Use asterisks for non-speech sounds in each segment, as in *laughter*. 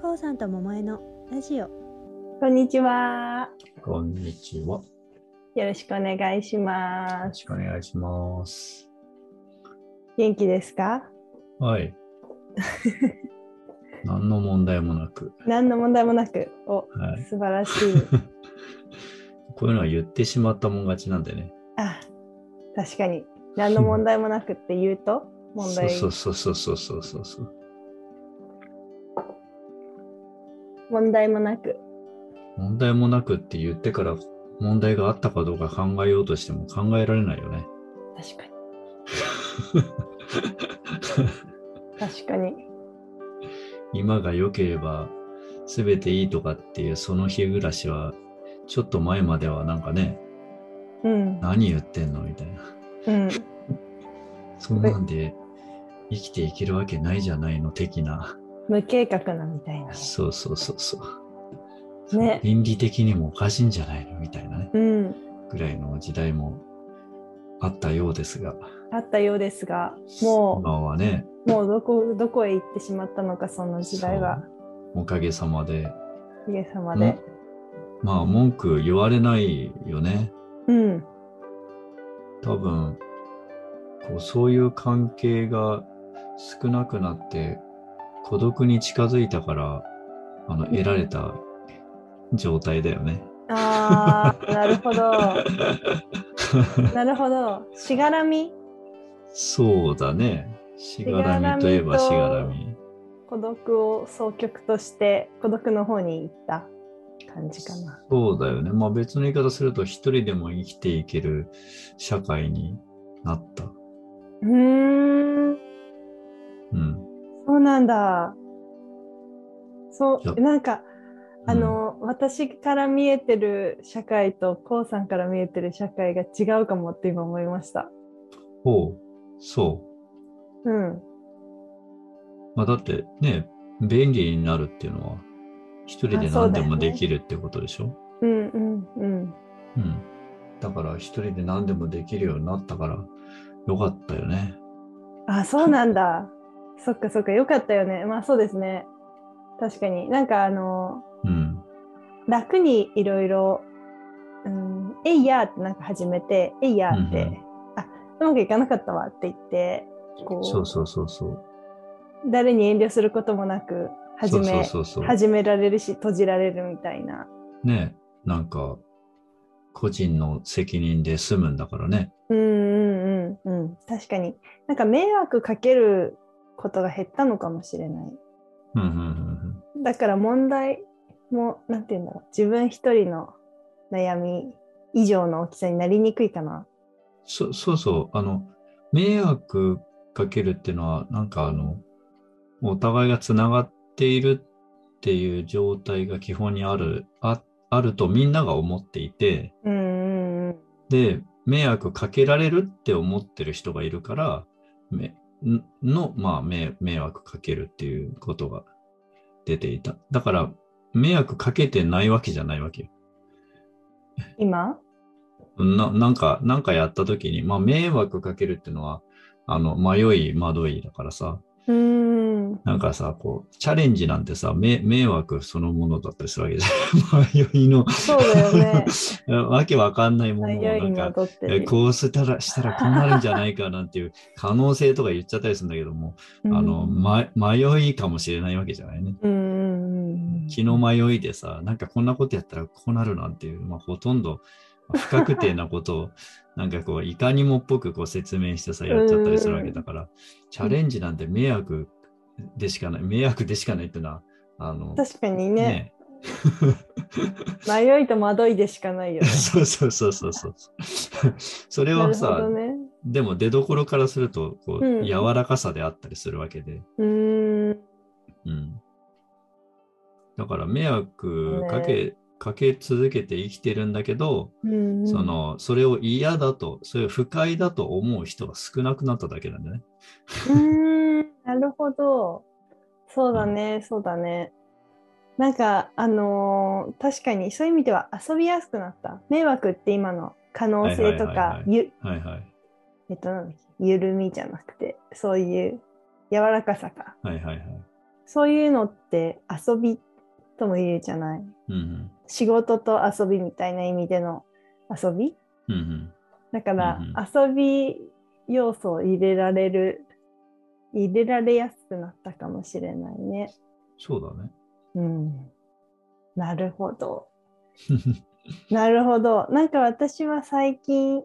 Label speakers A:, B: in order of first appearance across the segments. A: こうさんと桃江のラジオ
B: こんにちは。
C: こんにちは。よ
B: よろしくお願いしま
C: ろ
B: す。
C: しくお願いします。
B: 元気ですか
C: はい。 *laughs* 何の問題もなく、
B: 何の問題もなく。お、
C: はい。
B: 素晴らし
C: *laughs*
B: い。
C: こういうのは言ってしまったもん勝ちなんでね。
B: あ、確かに。何の問題もなくって言うと、問題、
C: そうそうそうそうそうそうそう。
B: 問題もなく。
C: 問題もなくって言ってから問題があったかどうか考えようとしても考えられないよね。
B: 確かに。
C: *laughs*
B: 確かに。
C: 今が良ければ全ていいとかっていうその日暮らしはちょっと前まではなんかね、
B: うん。
C: 何言ってんのみたいな。
B: うん。
C: そんなんで生きていけるわけないじゃないの的な。
B: 無計画なみたいな。
C: そうそうそうそう。
B: ね。
C: 倫理的にもおかしいんじゃないのみたいなね。
B: うん。
C: ぐらいの時代もあったようですが。
B: あったようですが、も
C: 今はね、
B: う、もうどこ、どこへ行ってしまったのか、その時代は。
C: そうおかげさまで。
B: おかげさまで。
C: まあ文句言われないよね。
B: うん。
C: 多分、こうそういう関係が少なくなって孤独に近づいたから、あの、得られた状態だよね。
B: あ
C: *laughs*
B: あ、なるほど。なるほど。しがらみ、
C: そうだね。しがらみといえばし
B: しが
C: がら
B: ら
C: み
B: み。孤独を総曲として、孤独の方に行った感じかな。
C: そうだよね。まあ別の言い方すると、一人でも生きていける社会になった。
B: うーん、
C: うん。
B: そうなんだ。そ
C: いや
B: う、なんか、あの、私から見えてる社会と、こうさんから見えてる社会が違うかもって今思いました。
C: うん、ほう。そ
B: うん、
C: う。まあだってね、便利になるっていうのは、一人で何でもできるってことでしょ
B: うん、うん、うん。
C: うん。だから一人で何でもできるようになったから、よかったよね。
B: あ、そうなんだ。そっかそっか、よかったよね。まあそうですね。確かに。なんかあの、
C: うん。
B: 楽にいろいろ、うん、えいやーってなんか始めて、えいやーって、
C: うんうん
B: あ、うまくいかなかったわって言って、こう、
C: そうそうそうそう。
B: 誰に遠慮することもなく、始め、
C: そうそうそうそう。
B: 始められるし、閉じられるみたいな。
C: ねなんか、個人の責任で済むんだからね。
B: うんうんうんうん。確かに。なんか迷惑かけることが減ったのかもしれない。
C: うんうんうん
B: だから問題も、なんて言うんだろう。自分一人の悩み以上の大きさになりにくいかな。
C: そそうそう、あの、迷惑かけるっていうのは、なんかあの、お互いがつながっているっていう状態が基本にある、ああるとみんなが思っていて、
B: うんうんうん。
C: で、迷惑かけられるって思ってる人がいるから、めんの、まあ、迷迷惑かけるっていうことが出ていた。だから、迷惑かけてないわけじゃないわけよ。
B: 今
C: ななんか、なんかやった時に、まあ、迷惑かけるっていうのは、あの、迷い、惑いだからさ、
B: うんうん。
C: なんかさ、こう、チャレンジなんてさ、迷迷惑そのものだったりするわけじゃん。 *laughs* 迷いの、
B: そうだよ
C: *laughs*
B: ね。
C: わけわかんないものを、
B: 早
C: ないんか
B: の、どって
C: え
B: る。
C: こうしたら、したらこうなるんじゃないかなんていう可能性とか言っちゃったりするんだけども、あの、ま、迷いかもしれないわけじゃないね。
B: うんうんうんうん、
C: 気の迷いでさ、なんかこんなことやったらこうなるなんていう、まあ、ほとんど不確定なことを、 *laughs* なんかこう、いかにもっぽくこう説明してさ、やっちゃったりするわけだから、チャレンジなんて迷惑でしかない、迷惑でしかないっていうのは、あの、
B: 確かにね迷いと惑いでしかないよ
C: ね
B: ね。
C: *laughs* そうそうそうそうそう。 *laughs* それ
B: な
C: は
B: るほ
C: さ
B: ど、ね。
C: でも出どころからするとこう、
B: うん
C: 柔らかさであったりするわけで、
B: うーん。
C: うん、だから迷惑かけ,、かけ続けて生きてるんだけど、
B: うんうん
C: そ、のそれを嫌だとそれを不快だと思う人が少なくなっただけなんだね。
B: うーんなるほど。そうだね、そうだね。なんか、あのー確かにそういう意味では遊びやすくなった。迷惑って今の可能性と
C: はいはいはいは
B: か
C: い、
B: ゆ
C: はいはい
B: えっと、なんだっけ緩みじゃなくて、そういう柔らかさか。
C: はいはいはい。
B: そういうのって遊びとも言うじゃない
C: うん
B: 仕事と遊びみたいな意味での遊び
C: うんうん
B: だから
C: うん
B: 遊び要素を入れられる入れられやすくなったかもしれないね。
C: そうだね。 *laughs*
B: うん、なるほど。なるほど。なんか私は最近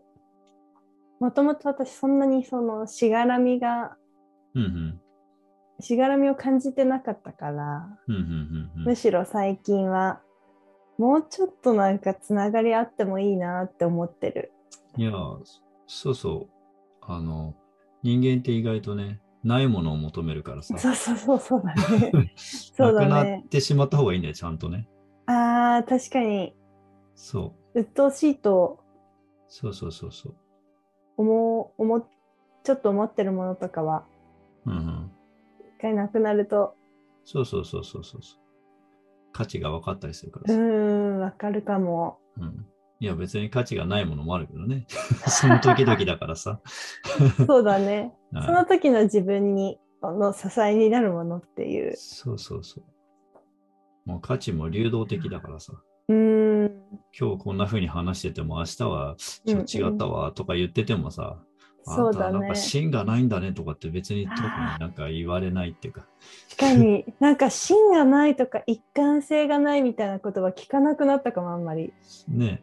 B: もともと私そんなにそのしがらみが
C: うんうん
B: しがらみを感じてなかったから
C: うんうんうんう
B: む
C: ん
B: しろ最近はもうちょっとなんかつながりあってもいいなって思ってる。
C: いや、そうそう。あの、人間って意外とね、ないものを求めるからさ、
B: そうそうそうそうだね。
C: *laughs*
B: そう
C: な
B: だ
C: くなっ
B: ね。
C: てしまった方がいいんだよ、ちゃんとね。
B: ああ確かに
C: そ
B: 鬱陶しいと
C: う、そうそうそうそう。
B: 思う思うちょっと思ってるものとかは
C: うんうん、
B: 一回なくなると
C: そうそうそうそうそうそう。価値が分かったりするから
B: うー
C: さ。
B: んわかるかも。
C: うんいや、別に価値がないものもあるけどね。 *laughs* その時々だからさ。 *laughs*
B: そうだね。
C: うん
B: その時の自分にの支えになるものっていう。
C: そうそうそう。もう価値も流動的だからさ。
B: うーん。
C: 今日こんな風に話してても、明日はちょっと違ったわとか言っててもさ、
B: そうだ
C: あんたなん
B: ね
C: か。芯がないんだねとかって別に特になんか言われないっていうか。
B: 確かに、 *laughs* なんか芯がないとか一貫性がないみたいな言葉聞かなくなったかもあんまり。
C: ね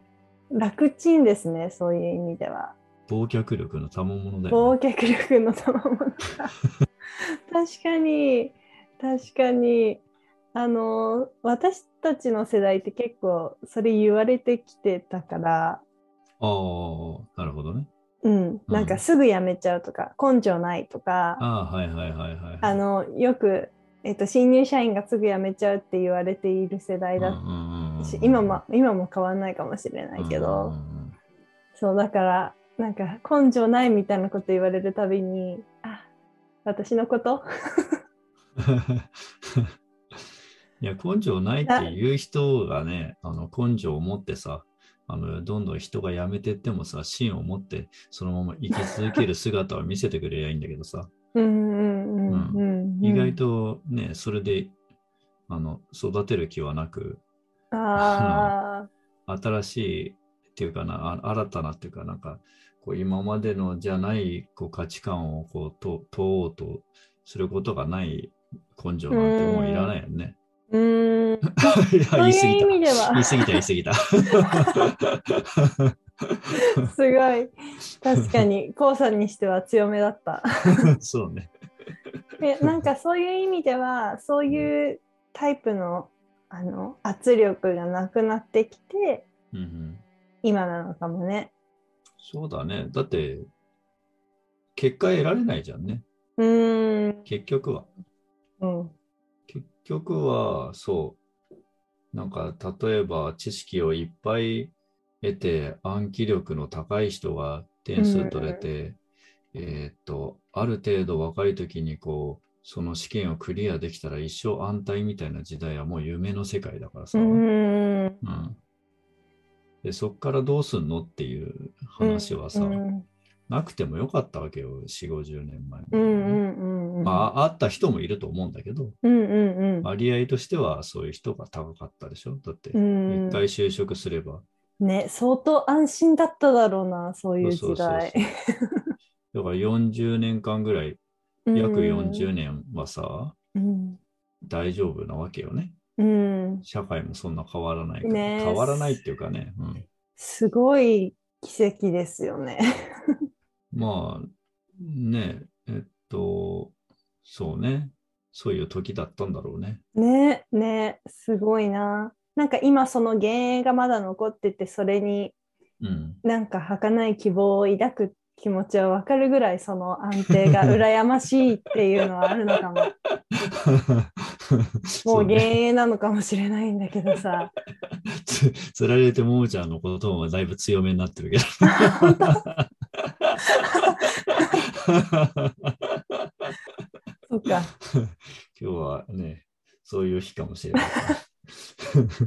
B: 楽ちんですね、そういう意味では。
C: 忘却力の賜物だよ、
B: 忘
C: ね。
B: 却力の賜物
C: *laughs*
B: だ確かに確かにあの私たちの世代って結構それ言われてきてたから
C: ああ、なるほどね。
B: うんなんかすぐやめちゃうとか、根性ないとか
C: ああ、はいはいはいはい。
B: あのよく、えっと、新入社員がすぐ辞めちゃうって言われている世代
C: うんう
B: だ
C: んうんうん、
B: し、今も今も変わんないかもしれないけど、
C: うんうんうん
B: そうだからなんか根性ないみたいなこと言われるたびにあ私のこと
C: いや根性ないっていう人がねあの根性を持ってさあのどんどん人が辞めてってもさ芯を持ってそのまま生き続ける姿を見せてくれりゃいいんだけどさ
B: うんうんうんうん
C: 意外とねそれであの育てる気はなく
B: あ
C: 新しいっていうかなあ新たなっていうかなんかこう今までのじゃないこう価値観をこうと問おうとすることがない根性なんてもういらないよね。
B: ーうーん
C: *laughs* いや、
B: そう
C: 言い過
B: いう意
C: ぎた。
B: 味で
C: 言い *laughs*
B: は
C: 過ぎた、言い過ぎた。
B: すごい確かにこうさんにしては強めだった *laughs*
C: そうね。
B: でなんかそういう意味ではそういうタイプのあの圧力がなくなってきて
C: うんうん、
B: 今なのかもね
C: そうだね。だって、結果得られないじゃんね。
B: うーん
C: 結局は。
B: うん
C: 結局は、そう。なんか、例えば、知識をいっぱい得て、暗記力の高い人が点数取れて、えーっと、ある程度若い時に、こう、その試験をクリアできたら一生安泰みたいな時代はもう夢の世界だから
B: う
C: さ。
B: ーん
C: うん、でそっからどうすんのっていう話はさ、
B: うん
C: なくてもよかったわけよ4 5 0年前、
B: うんうんうん
C: まああった人もいると思うんだけど
B: うんうんうん
C: 割合としてはそういう人が高かったでしょだって
B: う
C: 一
B: ん
C: 回就職すれば、
B: ね相当安心だっただろうなそういう
C: そう
B: 時
C: そう
B: 代
C: そうだから40年間ぐらい約40年はさ、
B: うん
C: 大丈夫なわけよね
B: うん、
C: 社会もそんな変わらないから、
B: ねえ
C: 変わらないっていうかね、うん、
B: すごい奇跡ですよね。 *laughs*
C: まあねええっとそうねそういう時だったんだろうね。
B: ねねすごいな。なんか今その幻影がまだ残っててそれに
C: うん、 *laughs*
B: なんか儚い希望を抱く気持ちはわかるぐらいその安定が羨ましいっていうのはあるのかも。も
C: そう
B: 幻
C: うね、
B: 影なのかもしれないんだけど *laughs* さ。
C: つつられてももちゃんの言葉はだいぶ強めになってるけど。
B: そっか。
C: 今日はね、そういう日かもしれない。 *laughs*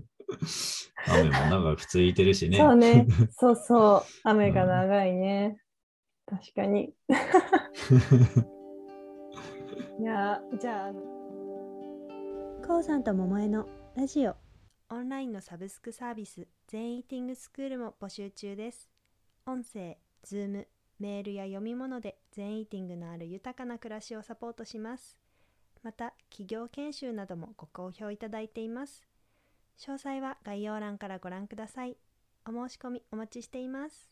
C: 雨も長く続いてるしね。
B: そう *laughs* ね。そうそう。雨が長いね。確か *laughs* に。いやーじゃああの。
A: こうさんと桃江のラジオオンラインのサブスクサービス全イーティングスクールも募集中です音声、ズーム、メールや読み物で全イーティングのある豊かな暮らしをサポートしますまた企業研修などもご好評いただいています詳細は概要欄からご覧くださいお申し込みお待ちしています